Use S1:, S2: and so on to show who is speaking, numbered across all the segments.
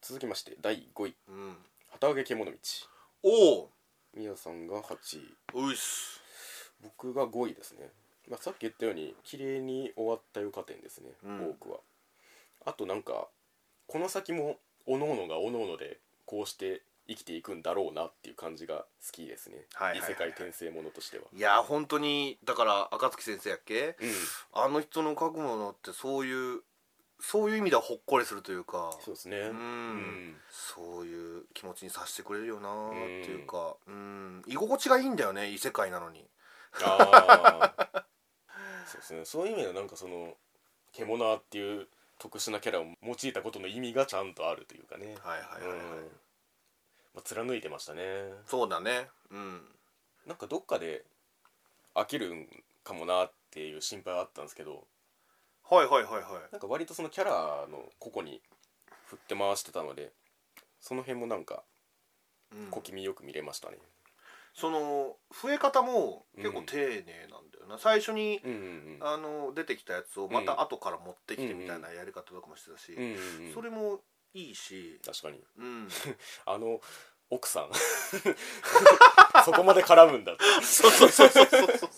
S1: 続きまして第5位
S2: うん
S1: 旗揚げ獣道
S2: お
S1: みやさんが8位
S2: おういっす
S1: 僕が5位ですね、まあ、さっき言ったように綺麗に終わった予科展ですね、
S2: うん
S1: 多くはあとなんかこの先も各々が各々でこうして生きていくんだろうなっていう感じが好きですね、
S2: はいはいはいは
S1: 異
S2: い
S1: 世界転生ものとしてはい
S2: や本当にだから暁先生やっけ
S1: うん
S2: あの人の書くものってそういうそういう意味ではほっこりするというか
S1: そうですね
S2: う
S1: うん ん
S2: そういう気持ちにさせてくれるよなーっていうかうん居心地がいいんだよね異世界なのに
S1: ああそうですねそういう意味ではなんかその獣っていう特殊なキャラを用いたことの意味がちゃんとあるというかね、
S2: はいはいはいはい
S1: うんまあ、貫いてましたね
S2: そうだねうん
S1: なんかどっかで飽きるんかもなっていう心配はあったんですけど
S2: はいはいはいはい
S1: なんか割とそのキャラの個々に振って回してたのでその辺もなんか
S2: うん
S1: 小気味よく見れましたね
S2: その増え方も結構丁寧なんだよな、最初に、
S1: うんうん
S2: あの出てきたやつをまた後から持ってきてみたいなやり方とかもしてたし、
S1: うんうんうんうん
S2: それもいいし、
S1: 確かに
S2: うん、
S1: あの奥さん そこまで絡むんだって
S2: そうそうそうそうそうそう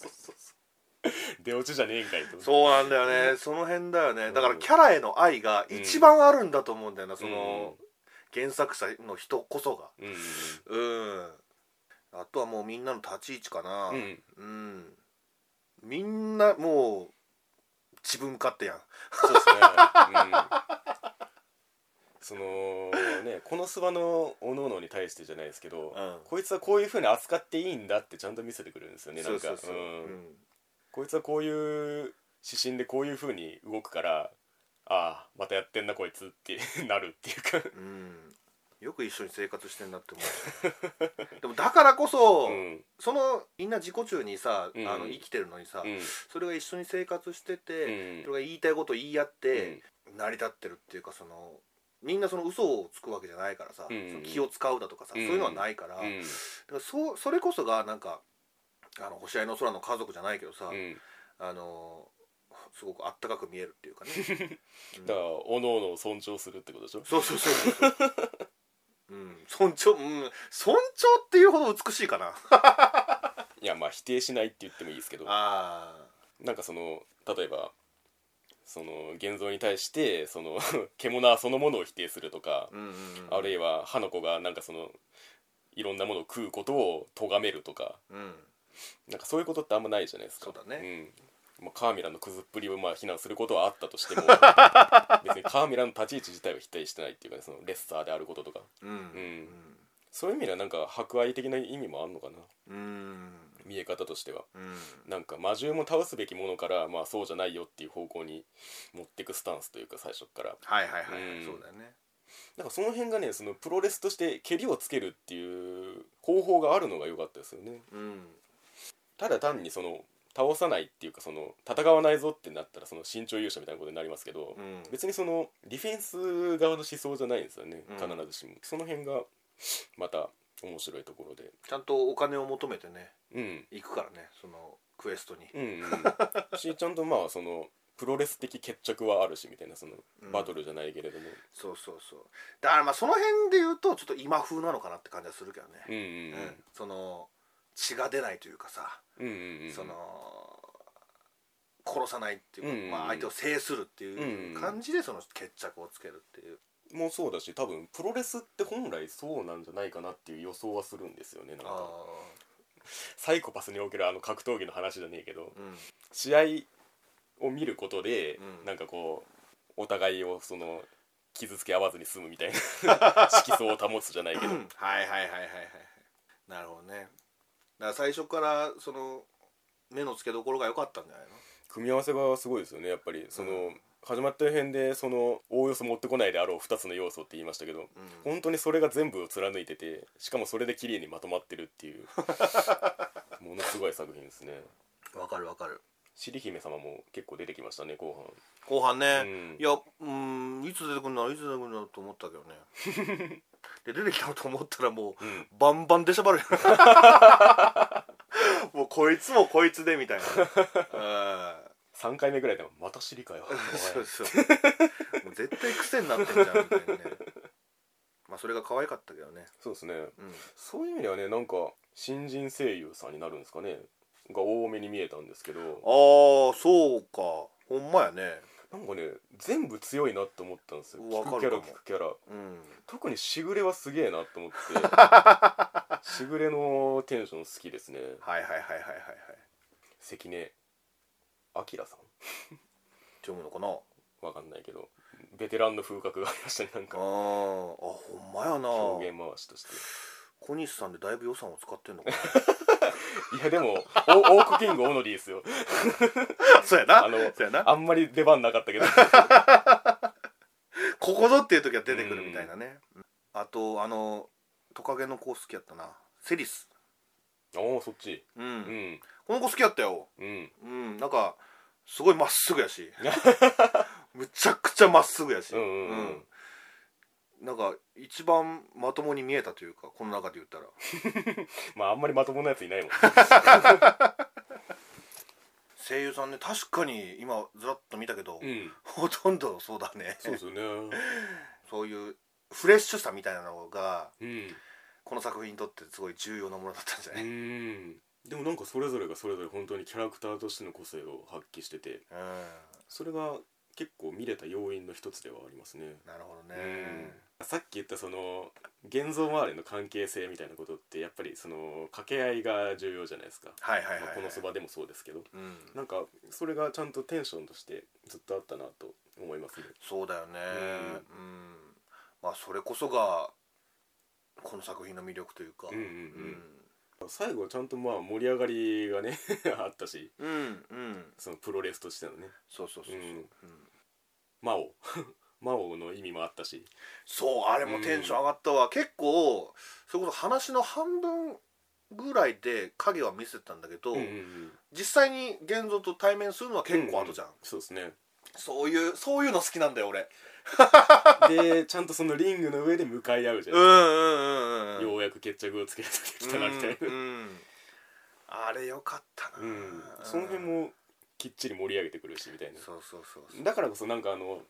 S1: 出落ちじゃねえんかいと
S2: そうなんだよね、その辺だよねだから
S1: うん
S2: キャラへの愛が一番あるんだと思うんだよな、その原作者の人こそが
S1: うんうん
S2: うんあとはもうみんなの立ち位置かな
S1: うんうん
S2: うん、みんなもう自分勝手やん
S1: そうですね、うん、 そのねこの諏訪のおのおのに対してじゃないですけど、
S2: うん
S1: こいつはこういうふうに扱っていいんだってちゃんと見せてくれるんですよねなんか
S2: そうそうそう、
S1: うん
S2: うん
S1: こいつはこういう指針でこういうふうに動くからああまたやってんなこいつって なるっていうか
S2: うんよく一緒に生活してんなって思うでもだからこそ、
S1: うん
S2: そのみんな自己中にさ、
S1: うん
S2: あの生きてるのにさ、
S1: うん
S2: それが一緒に生活して
S1: う
S2: て、
S1: ん
S2: それが言いたいことを言い合って、成り立ってるっていうかそのみんなその嘘をつくわけじゃないからさ、
S1: うん
S2: その気を使うだとかさ、
S1: うん
S2: そういうのはないから,、
S1: う
S2: だ
S1: ん
S2: からそうそれこそがなんかあの星合いの空の家族じゃないけどさ、
S1: うん
S2: あのすごくあったかく見えるって いうかねうん
S1: だからおのおのを尊重するってことでしょ
S2: そうそうそうそうそう。うん、尊重、うん、尊重っていうほど美しいかな。
S1: いやまあ否定しないって言ってもいいですけど
S2: あ
S1: なんかその例えばその現像に対してその 獣そのものを否定するとか
S2: あ、、うんうんうん、
S1: あるいは花子がなんかそのいろんなものを食うことを咎めるとか
S2: うん、
S1: なんかそういうことってあんまないじゃないですか
S2: そうだね、
S1: うんまあ、カーミラのクズっぷりをまあ非難することはあったと しても別にカーミラの立ち位置自体は否定してないっていうか、ね、そのレッサーであることとか
S2: うん、うん、
S1: そういう意味ではなんか博愛的な意味もあんのかな
S2: うん、
S1: 見え方としては
S2: うん、
S1: なんか魔獣も倒すべきものからまあそうじゃないよっていう方向に持ってくスタンスというか最初っから
S2: はいはいはいはい、
S1: うん
S2: そうだよね。
S1: なんかその辺がねそのプロレスとして蹴りをつけるっていう方法があるのが良かったですよね
S2: うん、
S1: ただ単にその倒さないっていうかその戦わないぞってなったらその身長勇者みたいなことになりますけど、
S2: うん、
S1: 別にそのディフェンス側の思想じゃないんですよね
S2: うん
S1: 必ずしも、その辺がまた面白いところで
S2: ちゃんとお金を求めてね、
S1: うん
S2: 行くからね、そのクエストに。
S1: うんうん しちゃんとまあそのプロレス的決着はあるしみたいなその
S2: うん
S1: バトルじゃないけれども、
S2: そうそうそう。だからまあその辺で言うとちょっと今風なのかなって感じはするけどね。
S1: うん
S2: う
S1: うん
S2: その血が出ないというかさ、
S1: うんうんうんうん
S2: その殺さないっていうか、
S1: うんうんうん
S2: まあ、相手を制するって
S1: うんう
S2: い
S1: ん
S2: う感じでその決着をつけるっていう、
S1: もうそうだし多分プロレスって本来そうなんじゃないかなっていう予想はするんですよねなん
S2: あ
S1: かサイコパスにおけるあの格闘技の話じゃねえけど
S2: ーうん
S1: 試合を見ることで、
S2: うん
S1: なんかこうお互いをその傷つけ合わずに済むみたい な色相を保つじゃないけど
S2: うんはいはいはいはいはいなるほどねだから最初からその目の付けどころが良かったんじゃない
S1: 組み合わせがすごいですよねやっぱりその、
S2: う
S1: 始まった辺でそのおおよそ持ってこないであろう2つの要素って言いましたけど
S2: の、
S1: 本当にそれが全部を貫いててしかもそれで綺麗にまとまってるって いうものすごい作品ですね
S2: うん、わかるわかる
S1: 尻姫様も結構出てきましたね後
S2: 後
S1: 半、
S2: 半ね、
S1: うん
S2: いやうんいつ出てくるんだろういつ出てくるんだろうと思ったけどね で出てきたと思ったらもう、
S1: うん
S2: バンバン出しゃばる もうこいつもこいつでみ たいな、うん
S1: 3回目ぐらいでも「また尻かよ」おい
S2: そうそうもう絶対癖になってんじゃんみたいなねそれが可愛かったけどね
S1: そうですね
S2: うん
S1: そういう意味ではねなんか新人声優さんになるんですかねが多めに見えたんですけど
S2: ああそうかほんまやね
S1: なんかね全部強いなって思ったんですよ聞
S2: わか
S1: くキャ
S2: るか
S1: ラ
S2: も
S1: 聞くキャラ
S2: うん
S1: 特にしぐれはすげえなと思って しぐれのテンション好きですね
S2: はいはいはいはいはいはい
S1: 関根明さん
S2: って読むのかな
S1: わかんないけどベテランの風格がありましたねなん
S2: あーあ
S1: か
S2: ほんまやな
S1: 表現回しとして
S2: 小西さんでだいぶ予算を使ってんの か
S1: いやでもおオークキングオノリーですよ
S2: なそうやな
S1: あの
S2: そうやな
S1: あんまり出番なかったけ ど
S2: ここぞっていう時は出てくるみたいなねあとあのトカゲの子好きやったなセリス
S1: おおそっち
S2: うん、
S1: うん
S2: この子好きやったよ
S1: うん
S2: うんなんかすごいまっすぐ やしむちゃくちゃまっすぐやし
S1: うんうんうん
S2: なんか一番まともに見えたというかこの中で言ったら
S1: まああんまりまともなやつい ないもん
S2: 声優さんね確かに今ずらっと見たけど、
S1: うん
S2: ほとんどそうだね
S1: そうですよね
S2: そういうフレッシュさみたいなのが
S1: うん
S2: この作品にとってすごい重要なものだったんじゃな
S1: う
S2: い、うん
S1: んでもなんかそれぞれがそれぞれ本当にキャラクターとしての個性を発揮しててそれが結構見れた要因の一つではありますね
S2: なるほど
S1: う
S2: ね、
S1: んさっき言ったその現像周りの関係性みたいなことってやっぱりその掛け合いが重要じゃないですか、
S2: はいはいはい、
S1: ま
S2: は
S1: あ
S2: い、
S1: このそばでもそうですけど
S2: うん
S1: なんかそれがちゃんとテンションとしてずっとあったなと思いますね
S2: そうだよねうん、まあそれこそがこの作品の魅力というか
S1: うん最後はちゃんとまあ盛り上がりがね あったし
S2: うんうんうん
S1: そのプロレスとしてのね
S2: そうそうそうそう、
S1: う
S2: うんん
S1: 魔王 魔王の意味もあったし
S2: そうあれもテンション上がったわ、結構それこそ話の半分ぐらいで影は見せてたんだけど、
S1: うんうんうん
S2: 実際に現像と対面するのは結構後じゃん、
S1: ううそうですね
S2: そういうそういうの好きなんだよ俺
S1: でちゃんとそのリングの上で向かい合うじゃ、
S2: うんんうんうんうん
S1: ようやく決着をつけられてきたなみたいな、
S2: うんうんあれよかったな、
S1: うん、その辺もきっちり盛り上げてくるしみたいな
S2: そうそうそうそう
S1: だからこそなんかあの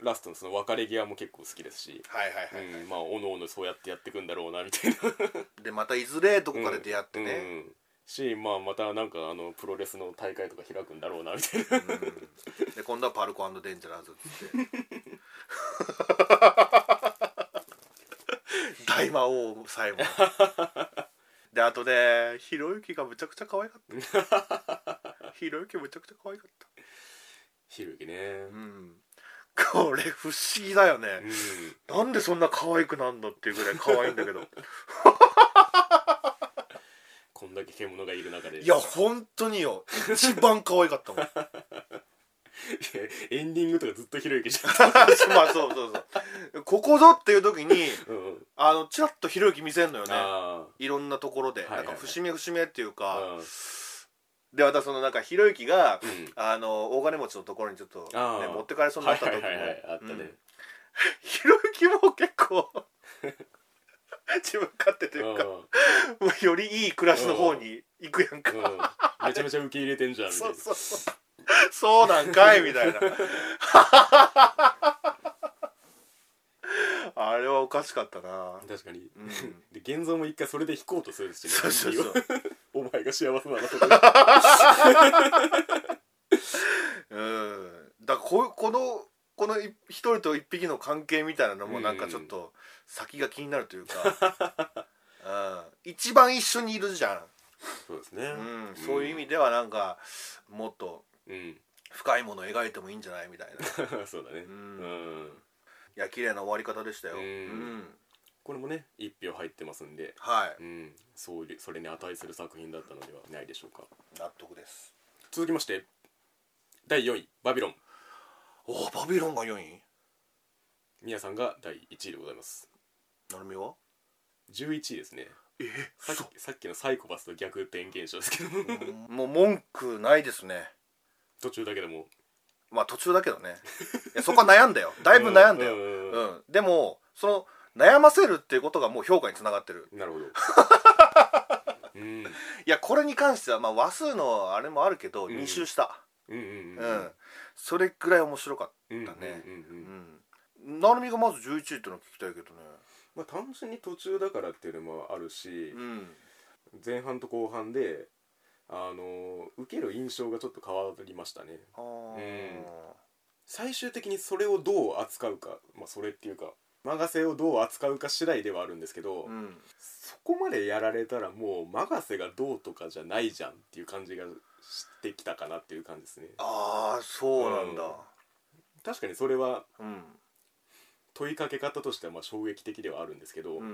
S1: ラストのその別れ際も結構好きですし、
S2: はいはいはい、
S1: うん、まあおのおのそうやってやってくんだろうなみたいな
S2: でまたいずれどこかで出会って
S1: うん
S2: ね、
S1: うんしまあまたなんかあのプロレスの大会とか開くんだろうなみたいな
S2: うんで今度はパルコデンジャラーズっつって 大魔王サイモンであとねひろゆきがむちゃくちゃ可愛 かったひろゆきむちゃくちゃ可愛かっ
S1: ひろゆきね
S2: たうんこれ不思議だよね、
S1: うん
S2: なんでそんな可愛くなんだっていうぐらい可愛いんだけど
S1: こんだけ獣がいる中で
S2: いや本当によ一番可愛かったもん ま
S1: エンディングとかずっとひろゆきじゃん、
S2: あそうそうそうここぞっていう時に
S1: うんうん、
S2: あのチラッとひろゆき見せんのよね
S1: あ
S2: いろんなところで、
S1: はいはいはい
S2: なんか節目節目っていう
S1: あ
S2: か、
S1: うん
S2: でまたそのなんかひろゆきが、
S1: うん
S2: あの大金持ちのところにちょっと、ね
S1: あー、
S2: 持ってかれそうになった時も、
S1: はいはいはいはいあったね
S2: うんひろゆきも結 構自分勝手というか、もうよりいい暮らしの方に行くやんか、
S1: うんうんめちゃめちゃ受け入れてんじゃんみたいな
S2: そうそうそうそうなんかいみたいな あれはおかしかったな
S1: 確かに、
S2: うん
S1: で現像も一回それで弾こうとするしね
S2: そうそうそう
S1: お前が幸 せなのとか
S2: うんだからここのこの一一人と一匹の関係みたいなのも
S1: うん
S2: なんかちょっと先が気になるというか、うん、一番一緒にいるじゃ
S1: そうですね
S2: ん、うん、そういう意味ではなんかもっと
S1: うん
S2: 深いものを描いてもいいんじゃないみたいない
S1: そうだね
S2: うん
S1: うん
S2: や綺麗な終わり方でしたよ、
S1: うん
S2: うん、
S1: これもね一票入ってますんで
S2: は
S1: う
S2: い
S1: んそういうそれに値する作品だったのではないでしょうか
S2: 納得です
S1: 続きまして第4位「バビロン
S2: おバビロンが4位」
S1: 宮さんが第1位でございます
S2: なるみは
S1: 11位ですね
S2: え
S1: さっきさっきのサイコパスと逆転現象ですけど
S2: もう文句ないですね
S1: 途中だけでも
S2: まあ途中だけどねいやそこは悩んだ よだいぶ悩んだよ、
S1: う
S2: うん
S1: うんうん
S2: ん、でもその悩ませるっていうことがもう評価につながってる
S1: なるほ どうん
S2: いやこれに関してはまあ話数のあれもあるけど
S1: ん
S2: 2周した
S1: うんうん
S2: うん、それくらい面白かっ
S1: うん
S2: たね
S1: うんうん
S2: う
S1: うん
S2: ん、成海がまず11位ってのは聞きたいけどね
S1: まあ、単純に途中だからっていうのもあるし、
S2: うん
S1: 前半と後半であの受ける印象がちょっと変わりましたね
S2: あー
S1: 最終的にそれをどう扱うか、まあ、それっていうかマガセをどう扱うか次第ではあるんですけど、
S2: うん
S1: そこまでやられたらもうマガセがどうとかじゃないじゃんっていう感じがしてきたかなっていう感じですね
S2: ああそうなんだ
S1: 確かにそれは
S2: うん
S1: 問いかけ方としてはまあ衝撃的ではあるんですけど、
S2: うんうんう
S1: うん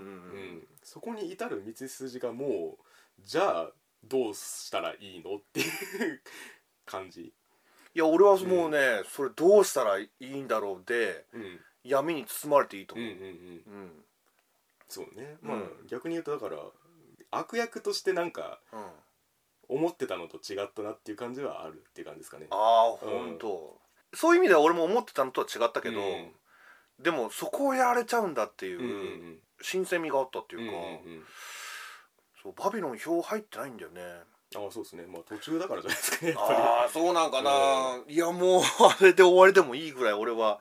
S1: んそこに至る道筋がもうじゃあどうしたらいいのっていう感じ、
S2: いや俺はもうね、それどうしたらいいんだろうで
S1: うん、
S2: 闇に包まれていいと
S1: うんうん
S2: 思う、
S1: うん
S2: うんうん
S1: そうねまあ、
S2: うん
S1: 逆に言うとだから悪役としてなんか
S2: あ
S1: 思ってたのと違ったなっていう感じはあるっていう感じですかね
S2: あ
S1: うん
S2: 本当、そういう意味では俺も思ってたのとは違ったけど、
S1: うん
S2: でもそこをやられちゃうんだってい
S1: うんうんうん
S2: う新鮮味があったって
S1: う
S2: い
S1: ん
S2: うか、
S1: うんうん
S2: そうバビロン票入ってないんだよね
S1: ああそうですねまあ途中だからじゃない ですかねやっぱ
S2: ああそうなんかな、いやもうあれで終わりでもいいぐらい俺は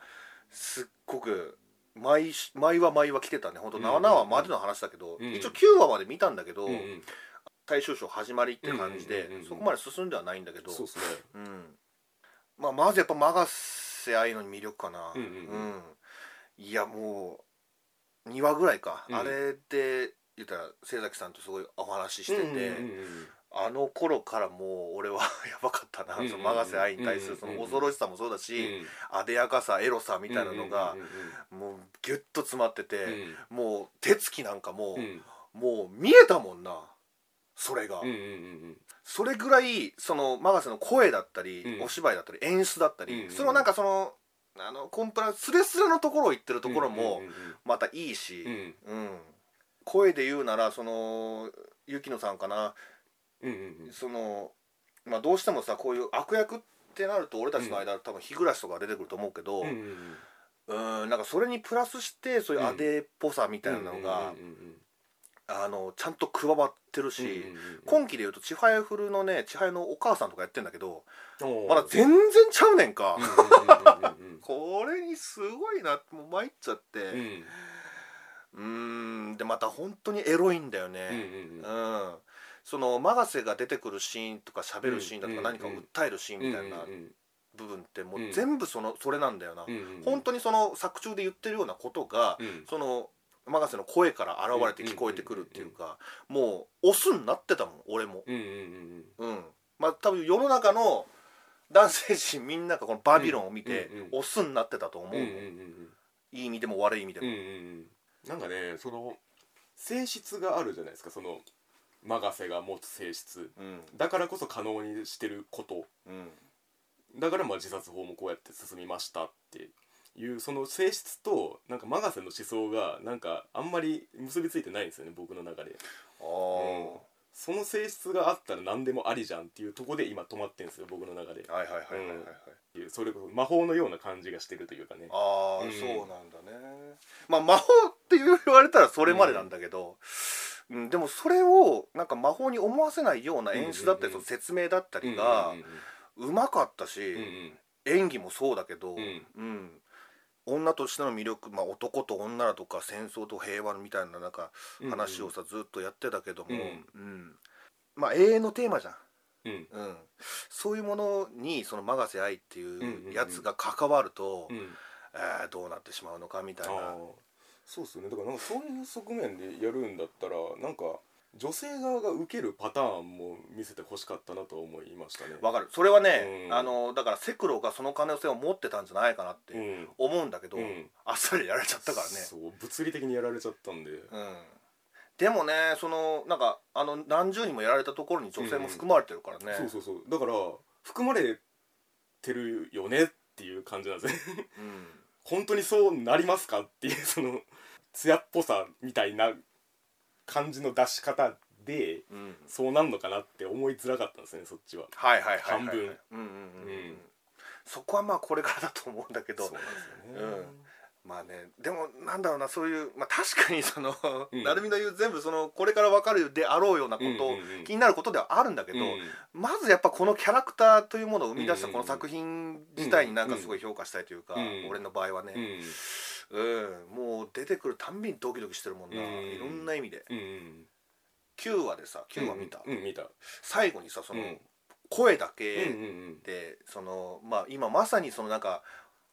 S2: すっごく毎し毎話毎話来てたね本当
S1: うんうんう
S2: 7
S1: ん
S2: 話までの話だけど、
S1: うん
S2: 一応9話まで見たんだけど、
S1: り、うんうん
S2: 大衆賞始まりって感じで、
S1: うんうんうんうん
S2: そこまで進んではないんだけど
S1: そうですね
S2: うんまあ、まずやっぱマガセ愛の魅力かな、
S1: うんうんうん
S2: うんいやもう2話ぐらいか、
S1: うん
S2: あれで言ったら清崎さんとすごいお話しして
S1: う
S2: て、
S1: んうんうんうん
S2: あの頃からもう俺は やばかったな、
S1: うんうんうん
S2: そのマガセ愛に対するそ
S1: うん
S2: の
S1: うんうん
S2: 恐ろしさもそうだし、
S1: うん
S2: あでやかさエロさみたいなのが
S1: うんうん
S2: もうギュッと詰まって
S1: うん
S2: て、もう手つきなんかも
S1: うんうん
S2: う、もう見えたもんなそれが、
S1: うんうんうんうん
S2: それぐらいそのマガセの声だったり、
S1: うん
S2: お芝居だったり演出だったり、
S1: うんうん
S2: そのなんかそのあのコンプラスレスレのところを言ってるところも
S1: うんうんうん
S2: またいいし、
S1: う
S2: うん
S1: ん
S2: 声で言うならその雪乃さんかな
S1: うんうん
S2: その、まあ、どうしてもさこういう悪役ってなると俺たちの間、多分日暮らしとか出てくると思うけど、う
S1: うんうん
S2: ん、
S1: うん
S2: なんかそれにプラスしてそういうアデっぽさみたいな
S1: うんう
S2: のが、
S1: んうん
S2: あのちゃんと加わってるし。
S1: うん
S2: 今期でいうと千早フルのね千早のお母さんとかやってんだけど、
S1: うんうん
S2: まだ全然ちゃうねんか、
S1: うんうんうんうん
S2: これにすごいなもう参っちゃって
S1: うんうん
S2: うーんでまた本当にエロいんだよ
S1: うん
S2: ね
S1: うんうん
S2: うん、そのマガセが出てくるシーンとか喋るシーンだと
S1: う
S2: か
S1: ん
S2: 何かを訴えるシーンみたいな
S1: うんうん
S2: 部分っても
S1: うん
S2: う全部そのそれなんだよな、
S1: うんうん
S2: 本当にその作中で言ってるようなことが、
S1: うん
S2: そのマガセの声から現れて聞こえてくるっていうか、もうオスになってたもん俺も
S1: うんうんうん
S2: うん、まあ多分世の中の男性陣みんながこの「バビロン」を見て
S1: うんうんうん
S2: オスになってたと思う、
S1: うんうんうん
S2: いい意味でも悪い意味で
S1: うんうんうんな
S2: も、
S1: んかねその性質があるじゃないですかそのマガセが持つ性質
S2: うん
S1: だからこそ可能にしてること
S2: うん
S1: だからまあ自殺法もこうやって進みましたっていうその性質となんかマガセの思想がなんかあんまり結びついてないんですよね僕の中で
S2: あー
S1: その性質があったら何でもありじゃんっていうとこで今止まってんですよ僕の中で
S2: はいはいはいはいはい、はい
S1: それこそ魔法のような感じがしてるというかね
S2: ああ、
S1: うん
S2: そうなんだねまあ魔法って言われたらそれまでなんだけど、うんでもそれをなんか魔法に思わせないような演出だったり、
S1: うんうんうん
S2: その説明だったりがうまかったし、
S1: うんうん
S2: 演技もそうだけど、
S1: うんうん
S2: うん、女としての魅力、まあ、男と女だとか戦争と平和みたいななんか
S1: うん
S2: 話をさ、ずっとやってたけども、
S1: うん
S2: うんまあ、永遠のテーマじゃん、
S1: うん
S2: うん、そういうものにそのマガセ愛って
S1: んうん
S2: いううんやつが関わると、
S1: うん
S2: えーどうなってしまうのかみたいな
S1: あーそうっすよねだからなんかそういう側面でやるんだったらなんか女性側が受けるパターンも見せてほしかったなと思いましたね。
S2: わかるそれはね、
S1: うん
S2: あのだからセクロがその可能性を持ってたんじゃないかなって
S1: うん
S2: 思うんだけど、
S1: うん
S2: あっさりやられちゃったからね。
S1: そう物理的にやられちゃったんで、
S2: うんでもねそのなんかあの何十人もやられたところに女性も含まれてるからね、
S1: そうそうそうだから含まれてるよねっていう感じなんですね
S2: うん
S1: 本当にそうなりますかっていうその艶っぽさみたいな感じの出し方で
S2: うん、
S1: そうなんのかなって思いづらかったんですねそっちは
S2: はいはいはいはい
S1: 半分
S2: うんうんうんうん
S1: うん
S2: そこはまあこれからだと思うんだけど
S1: そうなんですよね、
S2: まあねでもなんだろうなそういう、まあ、確かにその、
S1: うん
S2: なるみの言う全部そのこれから分かるであろうようなこと、
S1: うんうんうん
S2: 気になることではあるんだけど、
S1: う
S2: まずやっぱこのキャラクターというものを生み出した
S1: うん
S2: こ
S1: うんうん
S2: の作品自体になんかすごい評価したいというか、
S1: うん
S2: 俺の場合はね、
S1: んうん
S2: ううんもう出てくるたんびにドキドキしてるもんな、
S1: うん
S2: いろんな意味で
S1: うんうん
S2: 9話でさ9話見た、
S1: うん、うん、見た
S2: 最後にさその、
S1: うん
S2: 声だ
S1: うんう
S2: け
S1: ん
S2: で、そのまあ今まさにそのなんか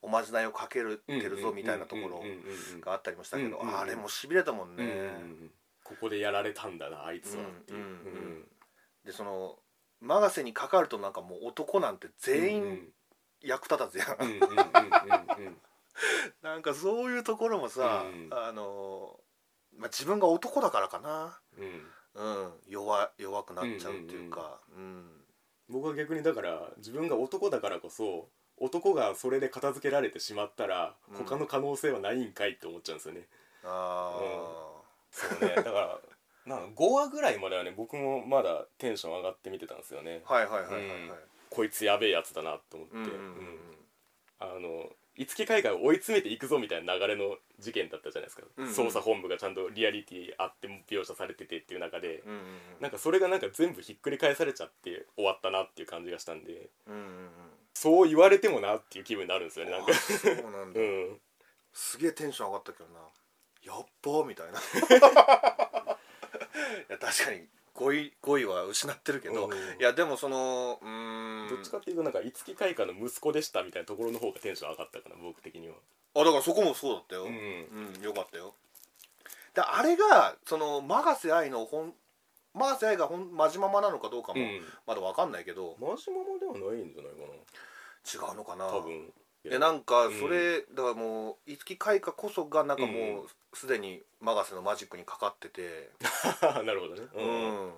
S2: おまじないをかける
S1: うん
S2: てるぞみたいなところ
S1: うんうんうんうん
S2: があったりもしたけど、
S1: うんうんうん
S2: あれもしびれたもんね、
S1: うんうんうんここでやられたんだなあいつはっていう
S2: うんうんでその永瀬にかかるとなんかもう男なんて全員役立たずや ん、
S1: うんうんうんうんうんうん
S2: なんかそういうところもさ、
S1: うん
S2: あのまあ、自分が男だからかな、
S1: うんうん
S2: うん、弱弱くなっちゃうっていうか、うん
S1: 僕は逆にだから自分が男だからこそ男がそれで片付けられてしまったら
S2: うん
S1: 他の可能性はないんかいって思っちゃうんですよね、
S2: あ
S1: そうねだから なんか5話ぐらいまではね僕もまだテンション上がって見てたんですよね
S2: あ、はいはいはいはいはい、
S1: こいつやべえやつだなと思って、
S2: うんうんうん
S1: うんあの五木海外を追い詰めていくぞみたいな流れの事件だったじゃないですか、
S2: うんうん
S1: 捜査本部がちゃんとリアリティあって描写されててっていう中で、
S2: うんうん
S1: なんかそれがなんか全部ひっくり返されちゃって終わったなっていう感じがしたんで
S2: うんうんうん
S1: そう言われてもなっていう気分になるんですよねなんか
S2: あそうなんだ、
S1: うん
S2: すげえテンション上がったけどなやっばみたい ないや確かに語彙語彙は失ってるけど、
S1: うん
S2: いやでもそのうーん
S1: どっちかっていうとなんか五木開花の息子でしたみたいなところの方がテンション上がったかな僕的には
S2: あだからそこもそうだったよ、
S1: うん
S2: うん、よかったよであれがその永瀬愛の本永瀬愛が本まじままなのかどうか
S1: う
S2: も
S1: ん
S2: まだわかんないけど、
S1: マジママではないんじゃないか
S2: 違うのかな
S1: な多分
S2: いやなんかそれ、だからもう五木開花こそがなんかも
S1: う
S2: うすでに永瀬のマジックにかかってて、
S1: なるほどね
S2: うん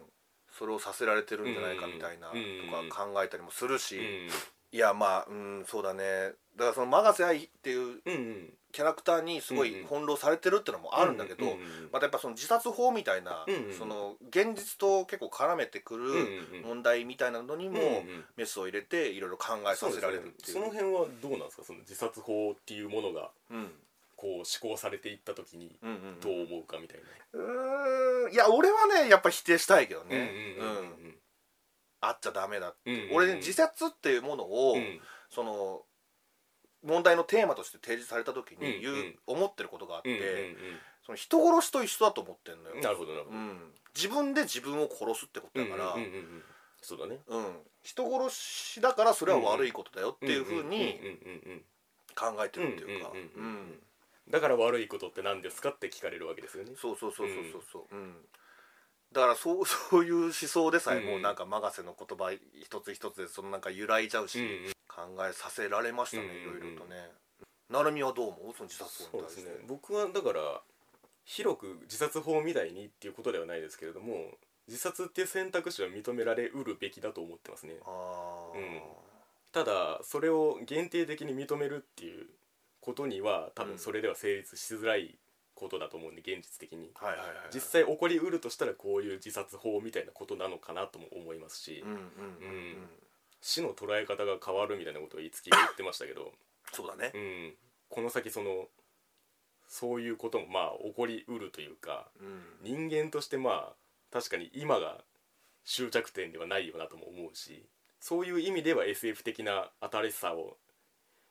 S2: それをさせられてるんじゃないかみたいなと
S1: うん
S2: か考えたりもするし、
S1: うん
S2: いやまあうんそうだねだからその永瀬愛っていう
S1: うんうん
S2: キャラクターにすごい翻弄されてるってのもあるんだけど、
S1: うんうん
S2: またやっぱその自殺法みたいな、
S1: うんうん
S2: その現実と結構絡めてく
S1: うんうん
S2: る
S1: うん
S2: 問題みたいなのにも、
S1: んん
S2: メスを入れていろいろ考えさせられるっていう
S1: そうですねその辺はどうなんですかその自殺法っていうものが
S2: うん
S1: こう施行されていった時に
S2: うんうん
S1: どう思うかみたいな
S2: うーんいや俺はねやっぱ否定したいけど
S1: うん
S2: ね
S1: うんうん
S2: うんあっちゃダメだって、
S1: うんうん
S2: 俺ね自殺っていうものを、
S1: うん
S2: その問題のテーマとして提示された時に言う、
S1: うんうん
S2: 思ってることがあって、
S1: うんうん
S2: その人殺しと一緒だと思ってんの
S1: うん
S2: よ、
S1: なるほどなるほ
S2: う
S1: ど
S2: ん、自分で自分を殺すってことだから、
S1: うんうんうんうんそうだね
S2: うん人殺しだからそれは悪いことだよっていうふ
S1: んう
S2: うに
S1: んうんうん
S2: 考えてるっていうか
S1: うん
S2: う
S1: うんうんうん
S2: ん
S1: だから悪いことって何ですかって聞かれるわけですよね
S2: そうそうそうそうそうそううんだからそう そういう思想でさえもうなんか永瀬の言葉一つ一つでそのなんか揺らいじゃうし
S1: うんうん
S2: 考えさせられましたね
S1: うん
S2: いろ
S1: うん
S2: い
S1: うん
S2: ろとね成美はどう思うその自殺
S1: そ
S2: 法
S1: う
S2: に
S1: で
S2: 対
S1: す
S2: し
S1: ね
S2: て
S1: 僕はだから広く自殺法みたいにっていうことではないですけれども自殺っていう選択肢は認められうるべきだと思ってますね
S2: ああ
S1: うんただそれを限定的に認めるっていうことには多
S2: うん
S1: 分それでは成立しづらいことだと思うんで現実的に
S2: はいはいはい
S1: 実際起こりうるとしたらこういう自殺法みたいなことなのかなとも思いますし
S2: うんうんうんう
S1: うんん死の捉え方が変わるみたいなことを五木が言ってましたけど、
S2: そうだね
S1: うん、この先そのそういうこともまあ起こりうるというか
S2: うん
S1: 人間としてまあ確かに今が終着点ではないよなとも思うしそういう意味では SF 的な新しさを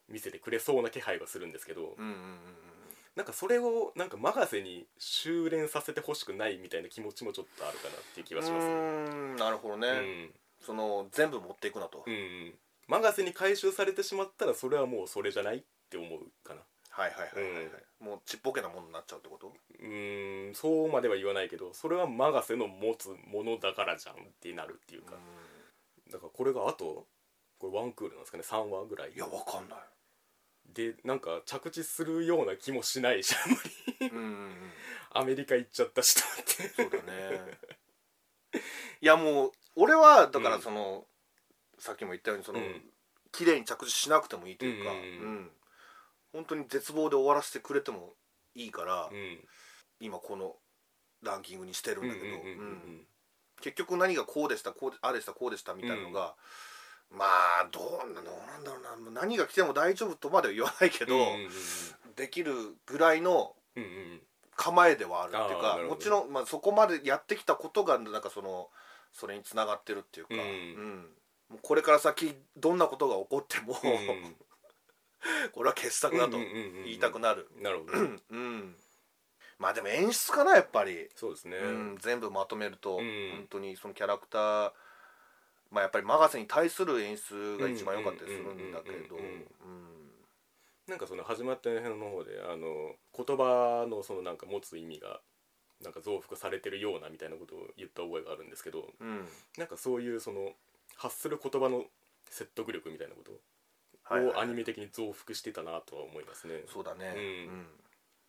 S1: 見せてくれそうな気配はするんですけど
S2: うんうんうんうん
S1: なんかそれをなんか任せに修練させてほしくないみたいな気持ちもちょっとあるかなっていう気
S2: う
S1: はしますね。
S2: ーんなるほど
S1: う
S2: ね
S1: ん
S2: その全部持っていくなと
S1: うんうん任せに回収されてしまったらそれはもうそれじゃないって思うかな
S2: はいはいはいはいはいもうちっぽけなものになっちゃうってこと
S1: うーんそうまでは言わないけどそれは任せの持つものだからじゃんってなるっていうか、だからこれがあとこれワンクールなんですかね3話ぐらい
S2: いやわかんない
S1: でなんか着地するような気もしないしあんまり
S2: うんうんうん
S1: アメリカ行っちゃったしと思って
S2: そうだね いやもう俺はだから
S1: うん
S2: その、さっきも言ったようにその、
S1: うん
S2: 綺麗に着地しなくてもいいというか、
S1: う
S2: うんん
S1: うん
S2: 本当に絶望で終わらせてくれてもいいから、
S1: うん
S2: 今このランキングにしてるんだけど、
S1: うんうんうんうん
S2: うん結局何がこうでしたこうでああでしたこうでしたみたいなのが、まあどうなどうなんだろうなもう何が来ても大丈夫とまでは言わないけど、
S1: うんうん
S2: できるぐらいの
S1: うんうん
S2: 構えではあるっていう
S1: あーな
S2: か
S1: るほど
S2: もちろん、まあ、そこまでやってきたことがなんかそのそれにつながってるっていうか、
S1: うん
S2: うんもうこれから先どんなことが起こっても、
S1: うんうん
S2: これは傑作だと
S1: うんうんうんうん
S2: 言いたくなる
S1: なるほど、
S2: うん、まあでも演出かなやっぱり、
S1: そうですね、
S2: うん、全部まとめると、
S1: うん
S2: 本当にそのキャラクターまあやっぱりマガセに対する演出が一番良かったりするんだけど
S1: うんうんうんうんなんかその始まった辺の方であの言葉のそのなんか持つ意味がなんか増幅されてるようなみたいなことを言った覚えがあるんですけど
S2: うんうん
S1: なんかそういうその発する言葉の説得力みたいなこと
S2: はいはい
S1: をアニメ的に増幅してたなとは思いますね。
S2: そうだね、
S1: うん
S2: うん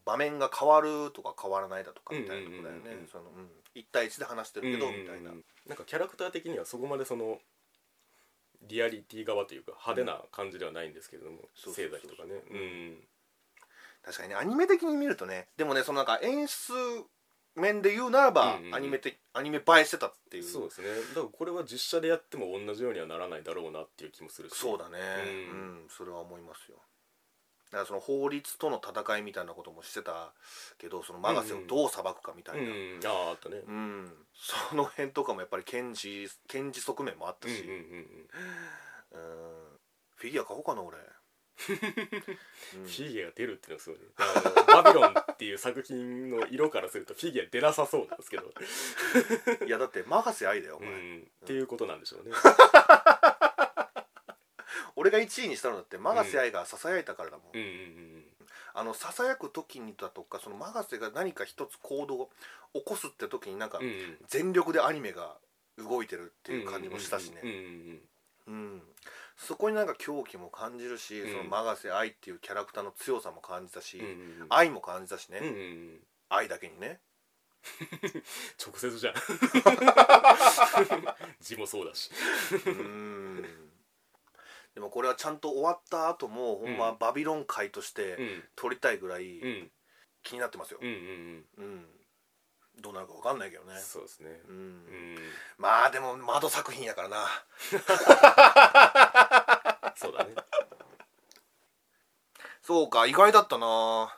S2: 場面が変わるとか変わらないだとか
S1: うん
S2: みたいなとこだよね、
S1: うんうんうん
S2: その、うん、1対1で話してるけど、みた
S1: うん
S2: いな、
S1: うんうんなんかキャラクター的にはそこまでそのリアリティ側というか派手な感じではないんですけれども、
S2: そうそうそう
S1: 星座日とかね。うん
S2: 確かにねアニメ的に見るとねでもねそのなんか演出面で言うならば、
S1: うんうんうん
S2: アニメ的アニメ映えしてたっていう
S1: そうですねだからこれは実写でやっても同じようにはならないだろうなっていう気もするし
S2: そうだね
S1: う
S2: う
S1: んん、
S2: それは思いますよだからその法律との戦いみたいなこともしてたけどそのマガセをどう裁くかみたいな、
S1: う
S2: うん
S1: んあああったね
S2: その辺とかもやっぱり検事検事側面もあった
S1: うんう
S2: し、
S1: んうん
S2: うんフィギュア買おうかな 俺、う
S1: うんん、フィギュアが出るっていうのがすごいねあのバビロンっていう作品の色からするとフィギュア出なさそうなんですけど、
S2: いやだってマガセ愛だよ お
S1: う
S2: 前、
S1: ん、っていうことなんでしょうね
S2: 俺が1位にしたのだってマガセ愛がささやいたからだも
S1: う
S2: ん、
S1: んうん
S2: あのささやく時にだとかそのマガセが何か一つ行動を起こすって時になんか
S1: うんうんうん
S2: 全力でアニメが動いてるって
S1: うん
S2: いう感じもしたしね、
S1: うんうんうん
S2: うん、そこになんか狂気も感じるし、
S1: うん
S2: そのマガセ愛っていうキャラクターの強さも感じたし、
S1: うんうんうん
S2: 愛も感じたしね、
S1: うんうんうん
S2: 愛だけにね
S1: 直接 じゃん字もそうだし
S2: うんでもこれはちゃんと終わった後もほんま
S1: う
S2: バビロン界とし
S1: うん
S2: て撮りたいぐらい
S1: うん
S2: 気になってますよ
S1: うんう、んうん
S2: うんどうなるか分かんないけどね、
S1: そうですね
S2: うん
S1: うん
S2: まあでも窓作品やからな
S1: そうだね
S2: そうか意外だったな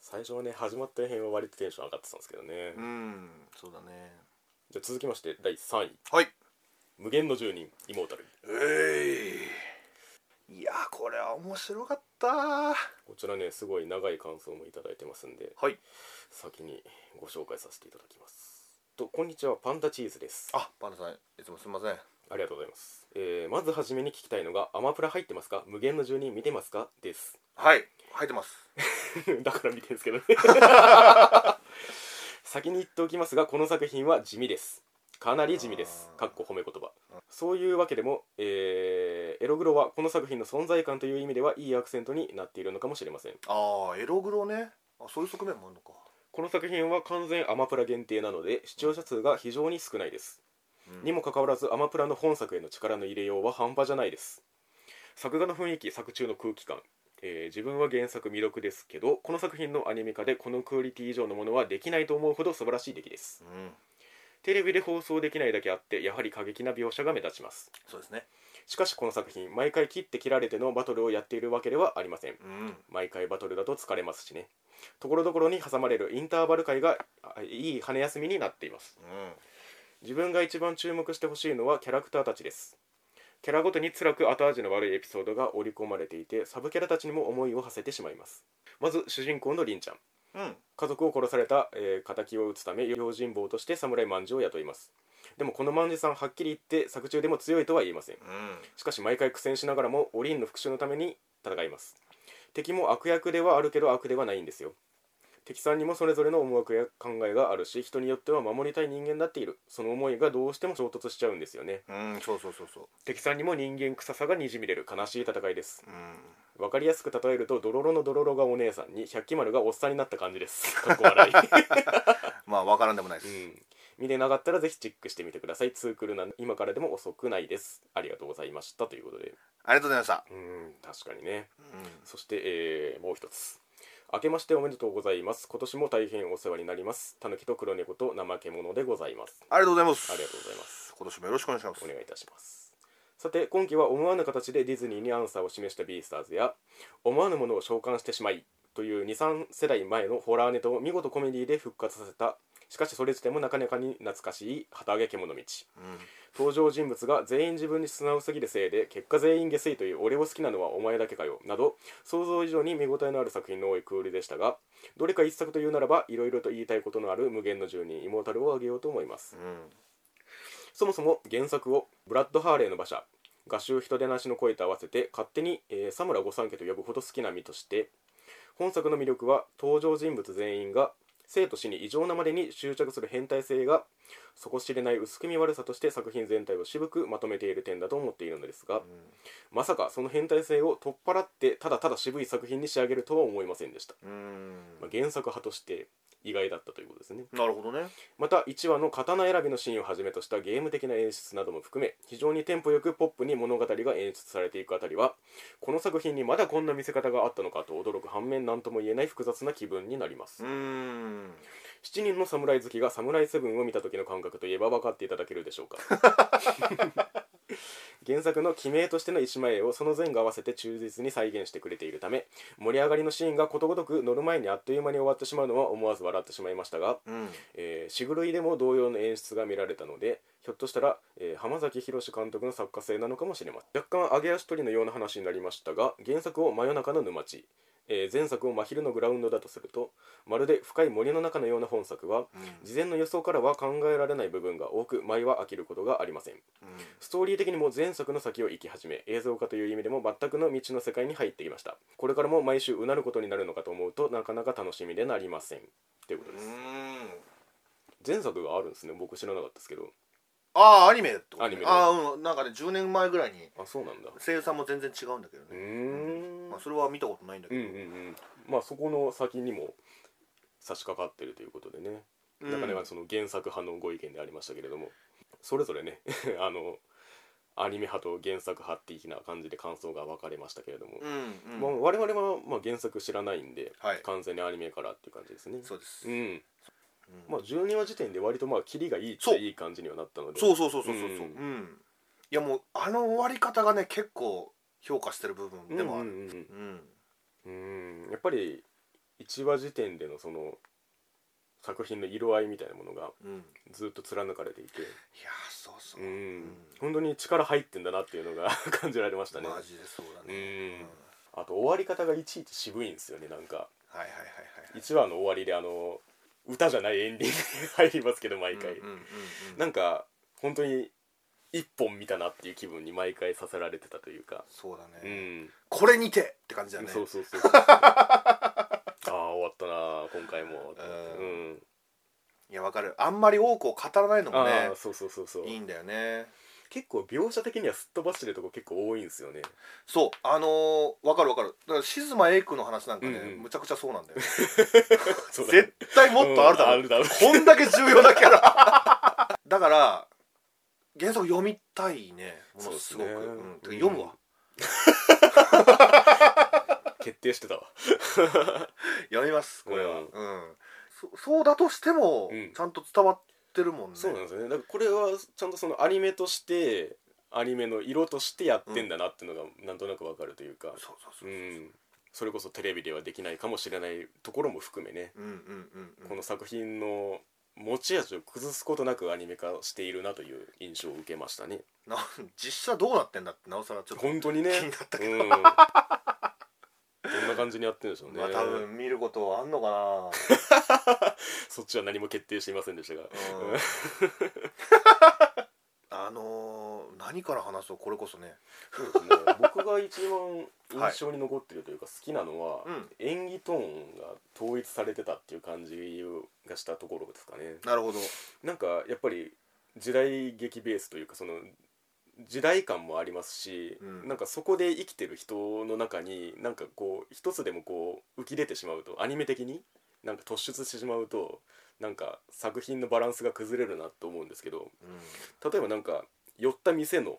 S1: 最初はね始まった辺は割とテンション上がってたんですけどね
S2: うんそうだね
S1: じゃあ続きまして第3位
S2: はい
S1: 無限の住人イモータル
S2: えいいやこれは面白かったは
S1: こちらねすごい長い感想もいただいてますんで
S2: い
S1: 先にご紹介させていただきますとこんにちはパンダチーズです
S2: あパンダさんいつもすみません
S1: ありがとうございます、えーまずはじめに聞きたいのがアマプラ入ってますか無限の住人見てますかです
S2: はい入ってます
S1: だから見てるんですけど ね先に言っておきますがこの作品は地味ですかなり地味です
S2: あー
S1: かっこ褒め言葉そういうわけでも、えーエログロはこの作品の存在感という意味ではいいアクセントになっているのかもしれません
S2: ああエログロねあそういう側面もあるのか、
S1: この作品は完全アマプラ限定なので視聴者数が非常に少ないです、
S2: うん
S1: にもかかわらずアマプラの本作への力の入れようは半端じゃないです作画の雰囲気作中の空気感、えー自分は原作未読ですけどこの作品のアニメ化でこのクオリティ以上のものはできないと思うほど素晴らしい出来です
S2: うん
S1: テレビで放送できないだけあってやはり過激な描写が目立ちます
S2: そうですね
S1: しかしこの作品毎回切って切られてのバトルをやっているわけではありません
S2: うん
S1: 毎回バトルだと疲れますしねところどころに挟まれるインターバル回があいい羽休みになっています
S2: うん
S1: 自分が一番注目してほしいのはキャラクターたちですキャラごとに辛く後味の悪いエピソードが織り込まれていてサブキャラたちにも思いを馳せてしまいますまず主人公のリンちゃん
S2: うん
S1: 家族を殺された、えー敵を討つため用心棒として侍万事を雇いますでもこの万事さんはっきり言って作中でも強いとは言えません
S2: うん
S1: しかし毎回苦戦しながらもオリンの復讐のために戦います敵も悪役ではあるけど悪ではないんですよ敵さんにもそれぞれの思惑や考えがあるし人によっては守りたい人間になっているその思いがどうしても衝突しちゃうんですよね
S2: うんそうそうそうそ
S1: 敵さんにも人間臭さがにじみ出る悲しい戦いです
S2: ううん
S1: わかりやすく例えるとドロロのドロロがお姉さんに百鬼丸がおっさんになった感じですかっこ笑い、
S2: まあわからんでもないで
S1: う
S2: す、
S1: ん、見てなかったらぜひチェックしてみてくださいツークールなんで今からでも遅くないですありがとうございましたということで
S2: ありがとうございました、
S1: うん確かにね
S2: うん
S1: そして、えーもう一つ。明けましておめでとうございます。今年も大変お世話になります。たぬきと黒猫と怠け者でございます。
S2: ありがとうございます
S1: ありがとうございます。
S2: 今年もよろしくお願いします
S1: お願いいたします。さて、今期は思わぬ形でディズニーにアンサーを示したビースターズや、思わぬものを召喚してしまいという2、3世代前のホラーネタを見事コメディで復活させたしかしそれ自体もなかなかに懐かしい旗揚げ獣道
S2: うん
S1: 登場人物が全員自分に素直すぎるせいで結果全員下水という俺を好きなのはお前だけかよなど想像以上に見応えのある作品の多いクールでしたがどれか一作というならばいろいろと言いたいことのある無限の住人イモータルを挙げようと思います
S2: うん
S1: そもそも原作をブラッド・ハーレーの馬車画集人手なしの声と合わせて勝手に、えー、サムラ御三家と呼ぶほど好きな身として本作の魅力は登場人物全員が生と死に異常なまでに執着する変態性が底知れない薄く見悪さとして作品全体を渋くまとめている点だと思っているのですが、まさかその変態性を取っ払ってただただ渋い作品に仕上げるとは思いませんでした、
S2: うん
S1: まあ、原作派として意外だったということですね
S2: なるほどね
S1: また1話の刀選びのシーンをはじめとしたゲーム的な演出なども含め非常にテンポよくポップに物語が演出されていくあたりはこの作品にまだこんな見せ方があったのかと驚く反面何とも言えない複雑な気分になります
S2: うん
S1: 7人の侍好きが「侍セブン」を見た時の感覚といえば分かっていただけるでしょうか原作の記名としての石前絵をその前後合わせて忠実に再現してくれているため盛り上がりのシーンがことごとく乗る前にあっという間に終わってしまうのは思わず笑ってしまいましたが
S2: うん
S1: えー、シグロイでも同様の演出が見られたのでひょっとしたら、えー浜崎博監督の作家性なのかもしれません若干揚げ足取りのような話になりましたが原作を真夜中の沼地、えー前作を真昼のグラウンドだとするとまるで深い森の中のような本作は事前の予想からは考えられない部分が多く毎は飽きることがありませんストーリー的にも前作の先を行き始め映像化という意味でも全くの未知の世界に入ってきましたこれからも毎週うなることになるのかと思うとなかなか楽しみでなりませんということです
S2: うん
S1: 前作があるんですね僕知らなかったですけど
S2: ああアニメってことね
S1: アニメの
S2: ああうんなんかね10年前ぐらいに
S1: あそうなんだ
S2: 声優さんも全然違うんだけど
S1: うー
S2: ね、
S1: ん
S2: まあ、それは見たことないんだ
S1: うんう
S2: け
S1: ん
S2: ど、
S1: うんまあそこの先にも差し掛かってるということでね、
S2: うん
S1: なかなかその原作派のご意見でありましたけれどもそれぞれね あのアニメ派と原作派的な感じで感想が分かれましたけれども、
S2: うんうん、
S1: まあ、我々はまあ原作知らないんで、
S2: はい
S1: 完全にアニメからっていう感じですね
S2: そうです、
S1: う
S2: うん
S1: んまあ12話時点で割とまあキリがいいっちゃ
S2: そう
S1: いい感じにはなったので
S2: そうそうそうそうそうそううんうんいやもうあの終わり方がね結構評価してる部分
S1: で
S2: で
S1: も
S2: も
S1: あ
S2: あ
S1: る、
S2: る
S1: うんうんうん
S2: うん
S1: うーんやっぱり1話時点でのその作品の色合いみたいなものが
S2: うんいや
S1: ずっと貫かれていて
S2: ーそうそうう、
S1: ん、本当に力入ってんだなっていうのが 感じられましたね
S2: マジでそうだね、
S1: うんあと終わり方がいちいち渋いんですよねなんか
S2: はいはいはいはい
S1: 1話の終わりであの歌じゃないエンディングに入りますけど毎回、
S2: うんうんうんうん
S1: なんか本当に一本見たなっていう気分に毎回させられてたというか
S2: そうだね、
S1: うん
S2: これにてって感じだね
S1: そうそう そうそうああ終わったな今回も
S2: うん
S1: うん
S2: いやわかるあんまり多くを語らないのもね
S1: ああそうそうそうそう
S2: いいんだよね
S1: 結構描写的にはすっ飛ばしてるとこ結構多いんですよね
S2: そうあのー、わかるわかるだから静間エイクの話なんかね、
S1: うんうん
S2: むちゃくちゃそうなんだ よ
S1: そうだね
S2: 絶対もっとあるだろ、
S1: うんあるだろ
S2: こんだけ重要なキャラ だから原作読みたいねものすごく
S1: そうですね
S2: うんてか読むわ、
S1: 決定してたわ
S2: 読みますこれは、
S1: う
S2: うんんそそうだとしても、
S1: うん
S2: ちゃんと伝わってるもんね
S1: そうなんですよねだからこれはちゃんとそのアニメとしてアニメの色としてやってんだなっていうのがなんとなくわかるというか
S2: そうそう
S1: う
S2: そうそう、
S1: んそれこそテレビではできないかもしれないところも含めね
S2: うん、うんうんうん
S1: この作品の持ち味を崩すことなくアニメ化しているなという印象を受けましたね
S2: な実写どうなってんだってなおさらちょっと
S1: 本当にね
S2: 気になったけ ど
S1: うん、どんな感じにやってるんでしょうね、
S2: まあ多分見ることあんのかな
S1: そっちは何も決定していませんでしたが、
S2: うんあのー、何から話そうこれこそね
S1: そうですね僕が一番印象に残ってるというか、好きなのは、
S2: うん
S1: 演技トーンが統一されてたっていう感じがしたところですかね
S2: なるほど
S1: なんかやっぱり時代劇ベースというかその時代感もありますし、
S2: うん
S1: なんかそこで生きてる人の中になんかこう一つでもこう浮き出てしまうとアニメ的になんか突出してしまうとなんか作品のバランスが崩れるなと思うんですけど、例えばなんか寄った店の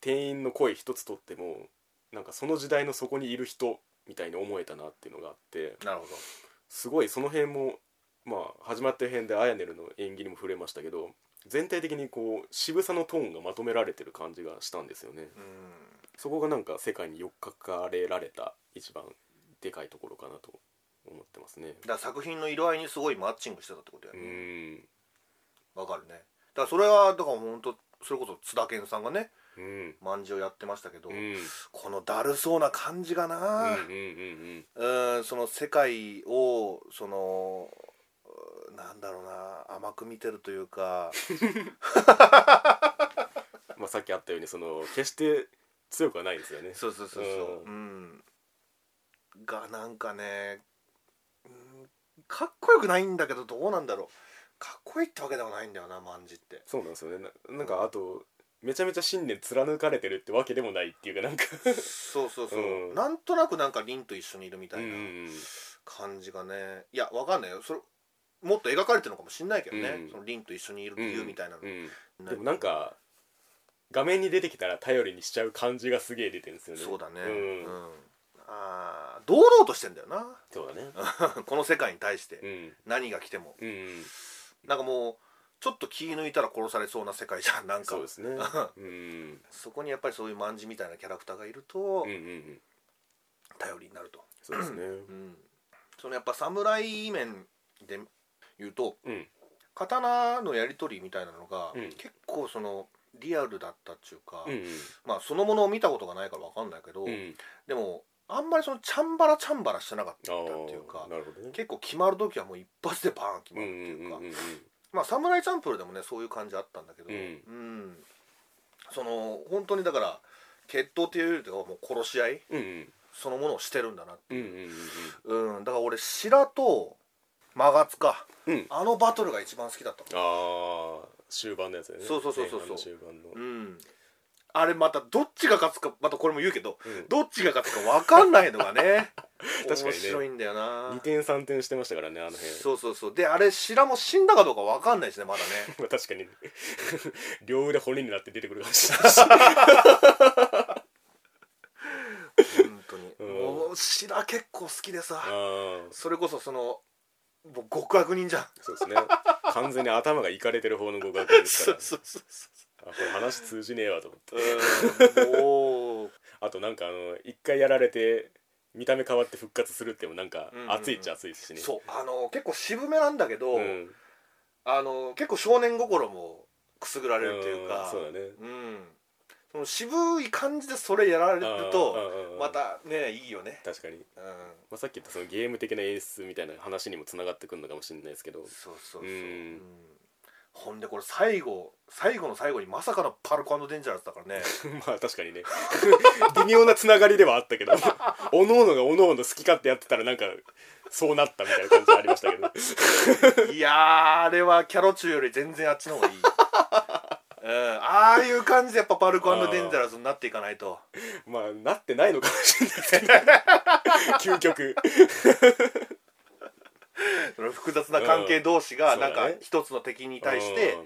S1: 店員の声一つとってもなんかその時代のそこにいる人みたいに思えたなっていうのがあって
S2: なるほ
S1: すごいその辺もまあ始まってる辺でアヤネルの演技にも触れましたけど全体的にこう渋さのトーンがまとめられてる感じがしたんですよね
S2: どうん
S1: そこがなんか世界によっかかれられた一番でかいところかなと思ってますね
S2: だから作品の色合いにすごいマッチングしてたってことや
S1: う
S2: ね
S1: ん
S2: わかるねだからそれはだから本当それこそ津田健さんがね
S1: うん
S2: 卍をやってましたけど、
S1: うんうん
S2: このだるそうな感じが
S1: うん
S2: な
S1: うん
S2: うんその世界をそのうーなんだろうな甘く見てるというか
S1: まあさっきあったようにその決して強くはないんですよね
S2: そうそうそうそううん、がなんかね、うん、かっこよくないんだけどどうなんだろうかっこいいってわけではないんだよな万字って
S1: そうなんですよねななんかあとめちゃめちゃ信念貫かれてるってわけでもないっていうかなんか
S2: そうそうそう、
S1: うん
S2: なんとなくなんか凛と一緒にいるみた
S1: う
S2: い
S1: んう
S2: な、
S1: んうん
S2: 感じがねいやわかんないよそれもっと描かれてるのかもしんないけどね、
S1: うん
S2: そのリンと一緒にいる理由みたいなの、
S1: うんでもなんか画面に出てきたら頼りにしちゃう感じがすげえ出てるんですよね
S2: そうだね
S1: うん
S2: うんあー堂々としてんだよな
S1: そうだね
S2: この世界に対し
S1: う
S2: て
S1: ん
S2: 何が来ても
S1: うんうん
S2: なんかもうちょっと気抜いたら殺されそうな世界じゃんなんか
S1: そうですねうんうん
S2: そこにやっぱりそういう万字みたいなキャラクターがいると
S1: うんうん
S2: 頼りになると、
S1: そうですね
S2: うん、そのやっぱ侍面で言うと
S1: うん
S2: 刀のやり取りみたいなのが、
S1: うん
S2: 結構そのリアルだったっていうか、
S1: うん
S2: まあそのものを見たことがないからわかんないけど、
S1: うんうん
S2: でもあんまりそのチャンバラチャンバラしてなかった
S1: ああ
S2: っていうか
S1: なるほどね
S2: 結構決まる時はもう一発でバーン決
S1: う
S2: ま
S1: ん
S2: る
S1: う
S2: って
S1: ん
S2: いう
S1: うん
S2: か、
S1: うんうん
S2: まあ「サムライチャンプル」でもねそういう感じあったんだけど、
S1: うん
S2: んその本当にだから決闘っていうよりかはもう殺し合い
S1: うんうん
S2: そのものをしてるんだな
S1: うんうんうん
S2: うんだから俺白とマガツか、
S1: うん
S2: あのバトルが一番好きだったか
S1: ああ終盤のやつだよね
S2: そうそうそうそうそ
S1: 前半
S2: う
S1: の終盤の
S2: らうんあれまたどっちが勝つかまたこれも言うけど
S1: うん
S2: どっちが勝つか分かんないのがね
S1: 確かにね
S2: 面白いんだよな
S1: 二点三点してましたからねあの辺
S2: そうそうそうであれ白も死んだかどうか分かんないしねまだね
S1: まあ確かに 両腕骨になって出てくるか もしれないし
S2: 本当に、
S1: うん
S2: もう白結構好きでさ
S1: あー
S2: それこそそのもう極悪人じゃん
S1: そうですね完全に頭がいかれてる方の互角です
S2: そ
S1: か
S2: うそうそう
S1: らあこれ話通じねえわと思って
S2: そう もう
S1: あとなんかあの一回やられて見た目変わって復活するってもなんか
S2: うんうんうん
S1: 熱いっちゃ熱いですしね
S2: そうあの結構渋めなんだけど、
S1: ん
S2: あの結構少年心もくすぐられるっていうか
S1: んそうだね
S2: うんその渋い感じでそれやられると
S1: うんうんうん
S2: またねいいよね
S1: 確かに、ま
S2: うん
S1: あ、さっき言ったそのゲーム的な演出みたいな話にもつながってくるのかもしれないですけど
S2: そうそうそう、
S1: うん
S2: うんほんでこれ最後最後の最後にまさかのパルコデンジャラスだか らね
S1: まあ確かにね 微妙なつながりではあったけど おのおのがおのおの好き勝手やってたらなんかそうなったみたいな感じはありましたけど
S2: いやーあれはキャロチューより全然あっちの方がいい、うん、ああいう感じでやっぱパルコデンジャラスになっていかないと
S1: まあなってないのかもしれないですけど 究極
S2: その複雑な関係同士が
S1: うん
S2: なん
S1: そう
S2: か
S1: だね
S2: 一つの敵に対して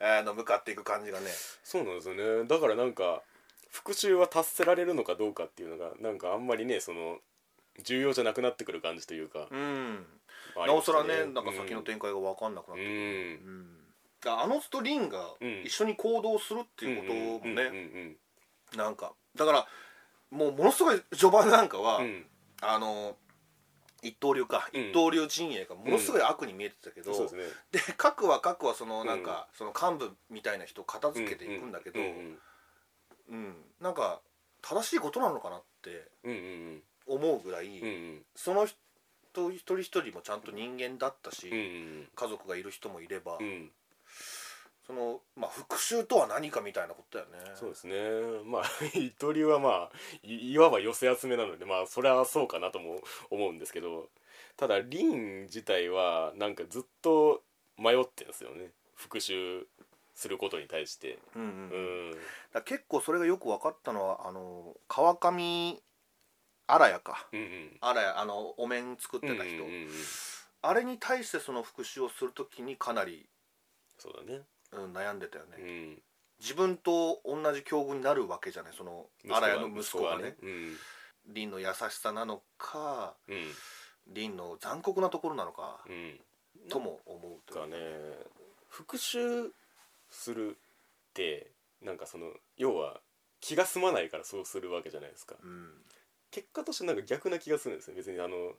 S1: うん
S2: あの向かっていく感じがね
S1: そうなんですよねだからなんか復讐は達せられるのかどうかっていうのがなんかあんまりねその重要じゃなくなってくる感じというか、
S2: うん
S1: あり
S2: なお
S1: まし
S2: さ
S1: た
S2: らねなんか先の展開が分かんなくなっ
S1: う
S2: て
S1: ん、
S2: く
S1: う
S2: る、
S1: ん
S2: うんだからあのとリンが
S1: うん
S2: 一緒に行動するっていうこともね、
S1: うんうん
S2: なんかだからもうものすごい序盤なんかは、
S1: うんうん
S2: あの一刀流か、
S1: うん
S2: 一刀流陣営がものすごい悪に見えてたけど、
S1: そうですね
S2: で各は各はそのなんか、その幹部みたいな人を片付けていくんだけど、
S1: う
S2: うんんなんか正しいことなのかなって
S1: うんうん
S2: 思うぐらい、
S1: うんうん
S2: その人一人一人もちゃんと人間だったし、
S1: うんうん
S2: 家族がいる人もいれば、
S1: うんうん
S2: そのまあ復讐とは何かみたいなことだよね。
S1: そうですねまあ 一刀流はまあいいわば寄せ集めなのでまあそれはそうかなとも思うんですけどただリン自体はなんかずっと迷ってんですよね復讐することに対して
S2: うんうん
S1: う
S2: う
S1: ん
S2: んだから結構それがよく分かったのはあの川上荒谷か
S1: うんうん
S2: 荒谷あのお面作って
S1: うんうん
S2: た人、
S1: うん
S2: あれに対してその復讐をする時にかなり、
S1: そうだね
S2: うん、悩んでたよね、
S1: うん
S2: 自分と同じ境遇になるわけじゃないその
S1: 息子
S2: 荒
S1: が
S2: 谷の息子がね
S1: うん
S2: 凛、の優しさなのか
S1: うん
S2: 凛の残酷なところなのか、
S1: うん
S2: とも思うという
S1: かね復讐するってなんかその要は気が済まないからそうするわけじゃないですか
S2: うん
S1: 結果としてなんか逆な気がするんですよ別にあの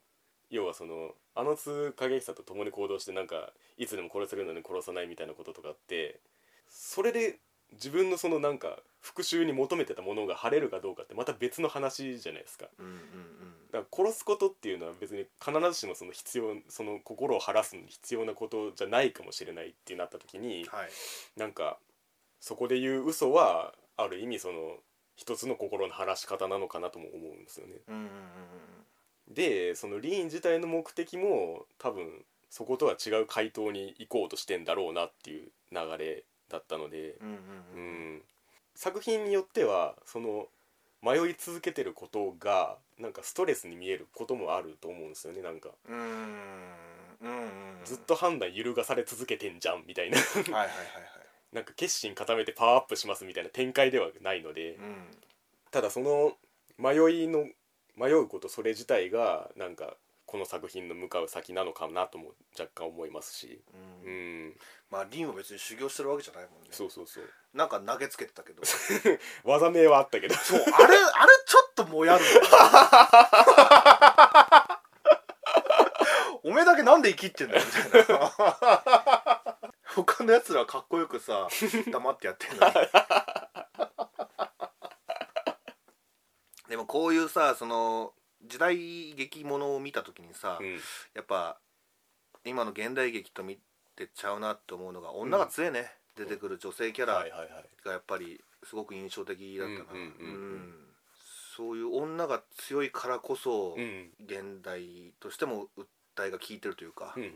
S1: 要はそのあの通影久と共に行動してなんかいつでも殺せるのに殺さないみたいなこととかあってそれで自分のそのなんか復讐に求めてたものが晴れるかどうかってまた別の話じゃないですか
S2: うんうん
S1: だから殺すことっていうのは別に必ずしもその必要その心を晴らすのに必要なことじゃないかもしれないってなった時
S2: う
S1: に
S2: んはい
S1: なんかそこで言う嘘はある意味その一つの心の晴らし方なのかなとも思うんですよね。
S2: うんうん
S1: でそのリーン自体の目的も多分そことは違う回答に行こうとしてんだろうなっていう流れだったので、
S2: うんうん
S1: う
S2: うんうん
S1: ん、作品によってはその迷い続けてることがなんかストレスに見えることもあると思うんですよねなんか
S2: うんうんうんうん
S1: ずっと判断揺るがされ続けてんじゃんみたいな
S2: はいはいはいはい
S1: なんか決心固めてパワーアップしますみたいな展開ではないので
S2: うん
S1: ただその迷いの迷うことそれ自体がなんかこの作品の向かう先なのかなとも若干思いますし
S2: うん
S1: うん
S2: まあリンは別に修行してるわけじゃないもんね
S1: そうそうそう
S2: なんか投げつけてたけどそう
S1: 技名はあったけど
S2: あれあれちょっともやるんだよおめえだけなんで生きってんだよみたいな他のやつらはかっこよくさ黙ってやってんのにでもこういうさその時代劇ものを見た時にさ、
S1: うん
S2: やっぱ今の現代劇と見てちゃうなって思うのが女が強いね、出てくる女性キャラ
S1: はいはいはい
S2: がやっぱりすごく印象的だったかな
S1: うんうんうんうん
S2: うんそういう女が強いからこそ、
S1: うん
S2: 現代としても訴えが効いてるというか、
S1: うんうんうん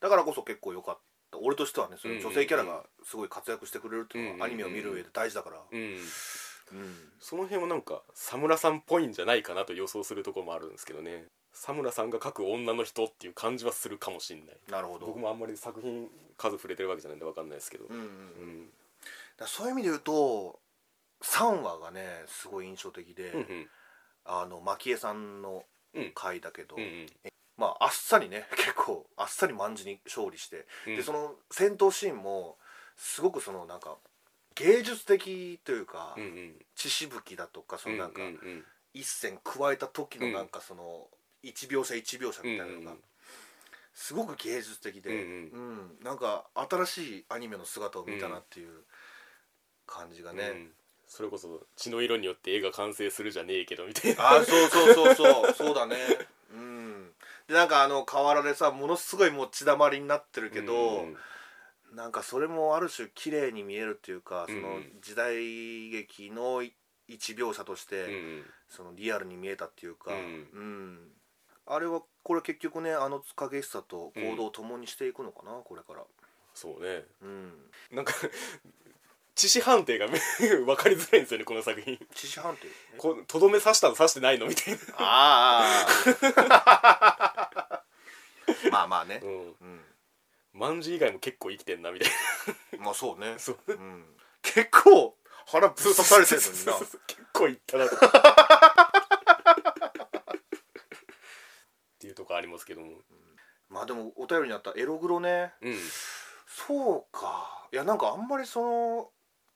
S2: だからこそ結構良かった俺としてはねそういう女性キャラ
S1: うんうん
S2: がすごい活躍してくれるっていうのはア
S1: うんう
S2: ニ
S1: んうん
S2: メを見る上で大事だから、
S1: うん
S2: うん
S1: その辺はなんか佐村さんっぽいんじゃないかなと予想するところもあるんですけどね佐村さんが書く女の人っていう感じはするかもしんない
S2: なるほど、
S1: 僕もあんまり作品数触れてるわけじゃないんでわかんないですけど
S2: うんうんうん
S1: うん
S2: だからそういう意味で言うと3話がねすごい印象的で、
S1: うんうん
S2: あの蒔江さんの回だけど、
S1: うんうん
S2: まああっさりね 結構あっさり万事に勝利して、
S1: うん
S2: でその戦闘シーンもすごくそのなんか芸術的というか、
S1: うんうん
S2: 血しぶきだとかそのなんか
S1: うんうん
S2: 一線加えた時の
S1: うん
S2: なんかその1秒差1秒差みたいな
S1: う
S2: の
S1: んう
S2: が
S1: ん
S2: すごく芸術的で、
S1: うん
S2: うんなんか新しいアニメの姿を見たなっていう感じがね、
S1: うんそれこそ血の色によって絵が完成するじゃねえけどみたいな
S2: あーそうそうそうそうそうだねうんでなんかあの河原でさものすごいもう血だまりになってるけど、
S1: うん
S2: なんかそれもある種綺麗に見えるっていうかそ
S1: うんう
S2: の
S1: ん
S2: 時代劇の一描写として、
S1: うんうん
S2: そのリアルに見えたっていうか、
S1: う
S2: うんんあれはこれ結局ねあの影久と行動を共にしていくのかな、これから。
S1: そうね
S2: うん、
S1: なんか 致死判定が分かりづらいんですよねこの作品
S2: 知識判定
S1: ことどめ刺したの刺してないのみたいな
S2: ああ まあまあね
S1: う、ん
S2: うん、
S1: 万事以外も結構生きてんなみたい
S2: まあそうね
S1: なそう
S2: うん結構腹ぶっ刺されてるのにな
S1: そうそうそう結構いったな とっていうとこありますけども
S2: まあでもお便りにあったエログロね
S1: うん
S2: そうかいやなんかあんまりその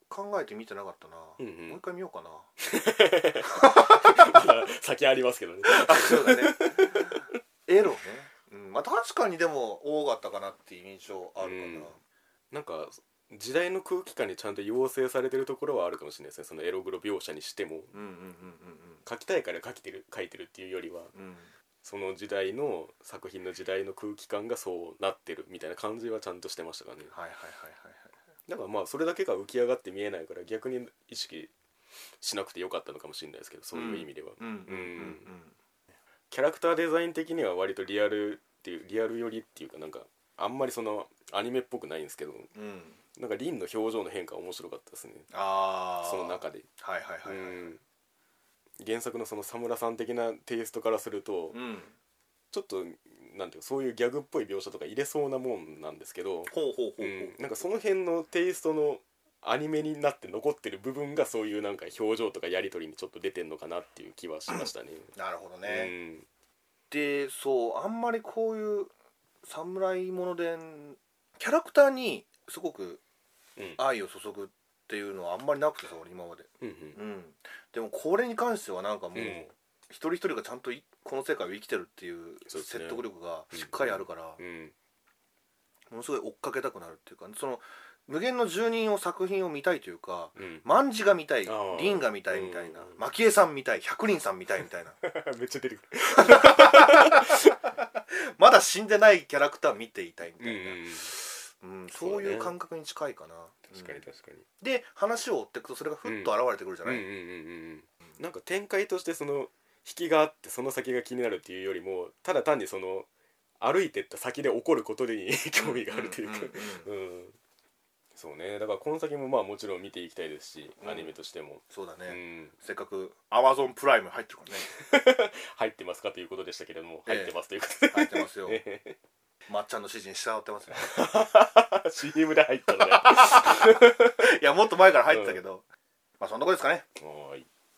S2: 考えて見てなかったな、
S1: うんうん
S2: もう一回見ようかな
S1: まだ先ありますけどね
S2: あそうだね エロね、うんまあ、確かにでも多かったかなっていう印象あ
S1: う
S2: るかな、
S1: んなんか時代の空気感にちゃんと要請されてるところはあるかもしれないですねそのエログロ描写にしても
S2: うん、うんうん
S1: 書きたいから書きてる書いてるっていうよりは
S2: うんうんうん
S1: その時代の作品の時代の空気感がそうなってるみたいな感じはちゃんとしてましたからね
S2: はいはいはいはい
S1: だからまあそれだけが浮き上がって見えないから逆に意識しなくてよかったのかもしれないですけどそういう意味では、
S2: はいうんうんうん
S1: キャラクターデザイン的には割とリアルっていうリアル寄りっていうかなんかあんまりそのアニメっぽくないんですけど
S2: うんうん
S1: なんかリンの表情の変化は面白かったですね
S2: ああ
S1: その中で、
S2: はいはいはいは
S1: う
S2: い、
S1: ん原作のその佐村さん的なテイストからすると、
S2: うん、
S1: ちょっとなんていうかそういうギャグっぽい描写とか入れそうなもんなんですけど、
S2: ほうほうほうほ
S1: う
S2: う、
S1: んなんかその辺のテイストのアニメになって残ってる部分がそういうなんか表情とかやり取りにちょっと出てんのかなっていう気はしましたね。
S2: なるほどね、
S1: うん
S2: でそうあんまりこういう侍ものでキャラクターにすごく
S1: うん
S2: 愛を注ぐっていうのはあんまりなくてさ俺今まで、
S1: うんうん
S2: うん、でもこれに関してはなんかもう、
S1: うん
S2: 一人一人がちゃんといこの世界を生きてるっていう
S1: そうですね
S2: 説得力がしっかりあるから、
S1: うん
S2: ものすごい追っかけたくなるっていうかその無限の住人を作品を見たいというか
S1: うん、
S2: 万事が見たい
S1: あー
S2: 凛が見たいみたいな
S1: うん
S2: 蒔絵さん見たい百輪さん見たいみたいな
S1: めっちゃ出てくる、
S2: まだ死んでないキャラクター見ていたいみ
S1: うん
S2: た
S1: う
S2: い
S1: ん
S2: な、
S1: うん、
S2: うん、そういう感覚に近いかな、
S1: 確か
S2: う
S1: に
S2: ん
S1: 確かに、
S2: で話を追っていくとそれがふっと現れてくるじゃない、
S1: うんうんうんうんうんなんか展開としてその引きがあってその先が気になるっていうよりもただ単にその歩いてった先で起こることに 興味があるというか
S2: んんうん
S1: うん、そうねだからこの先もまあもちろん見ていきたいですし、
S2: うん
S1: アニメとしても、
S2: そうだね、
S1: うん、
S2: せっかくアマゾンプライム入ってる からね
S1: 入ってますかということでしたけれども
S2: ええ
S1: 入ってますということ
S2: 入ってますよ
S1: で、
S2: まっちゃんの指示に従ってますね
S1: CM で入ったので
S2: いやもっと前から入ってたけど、まあそんなことですかね
S1: もう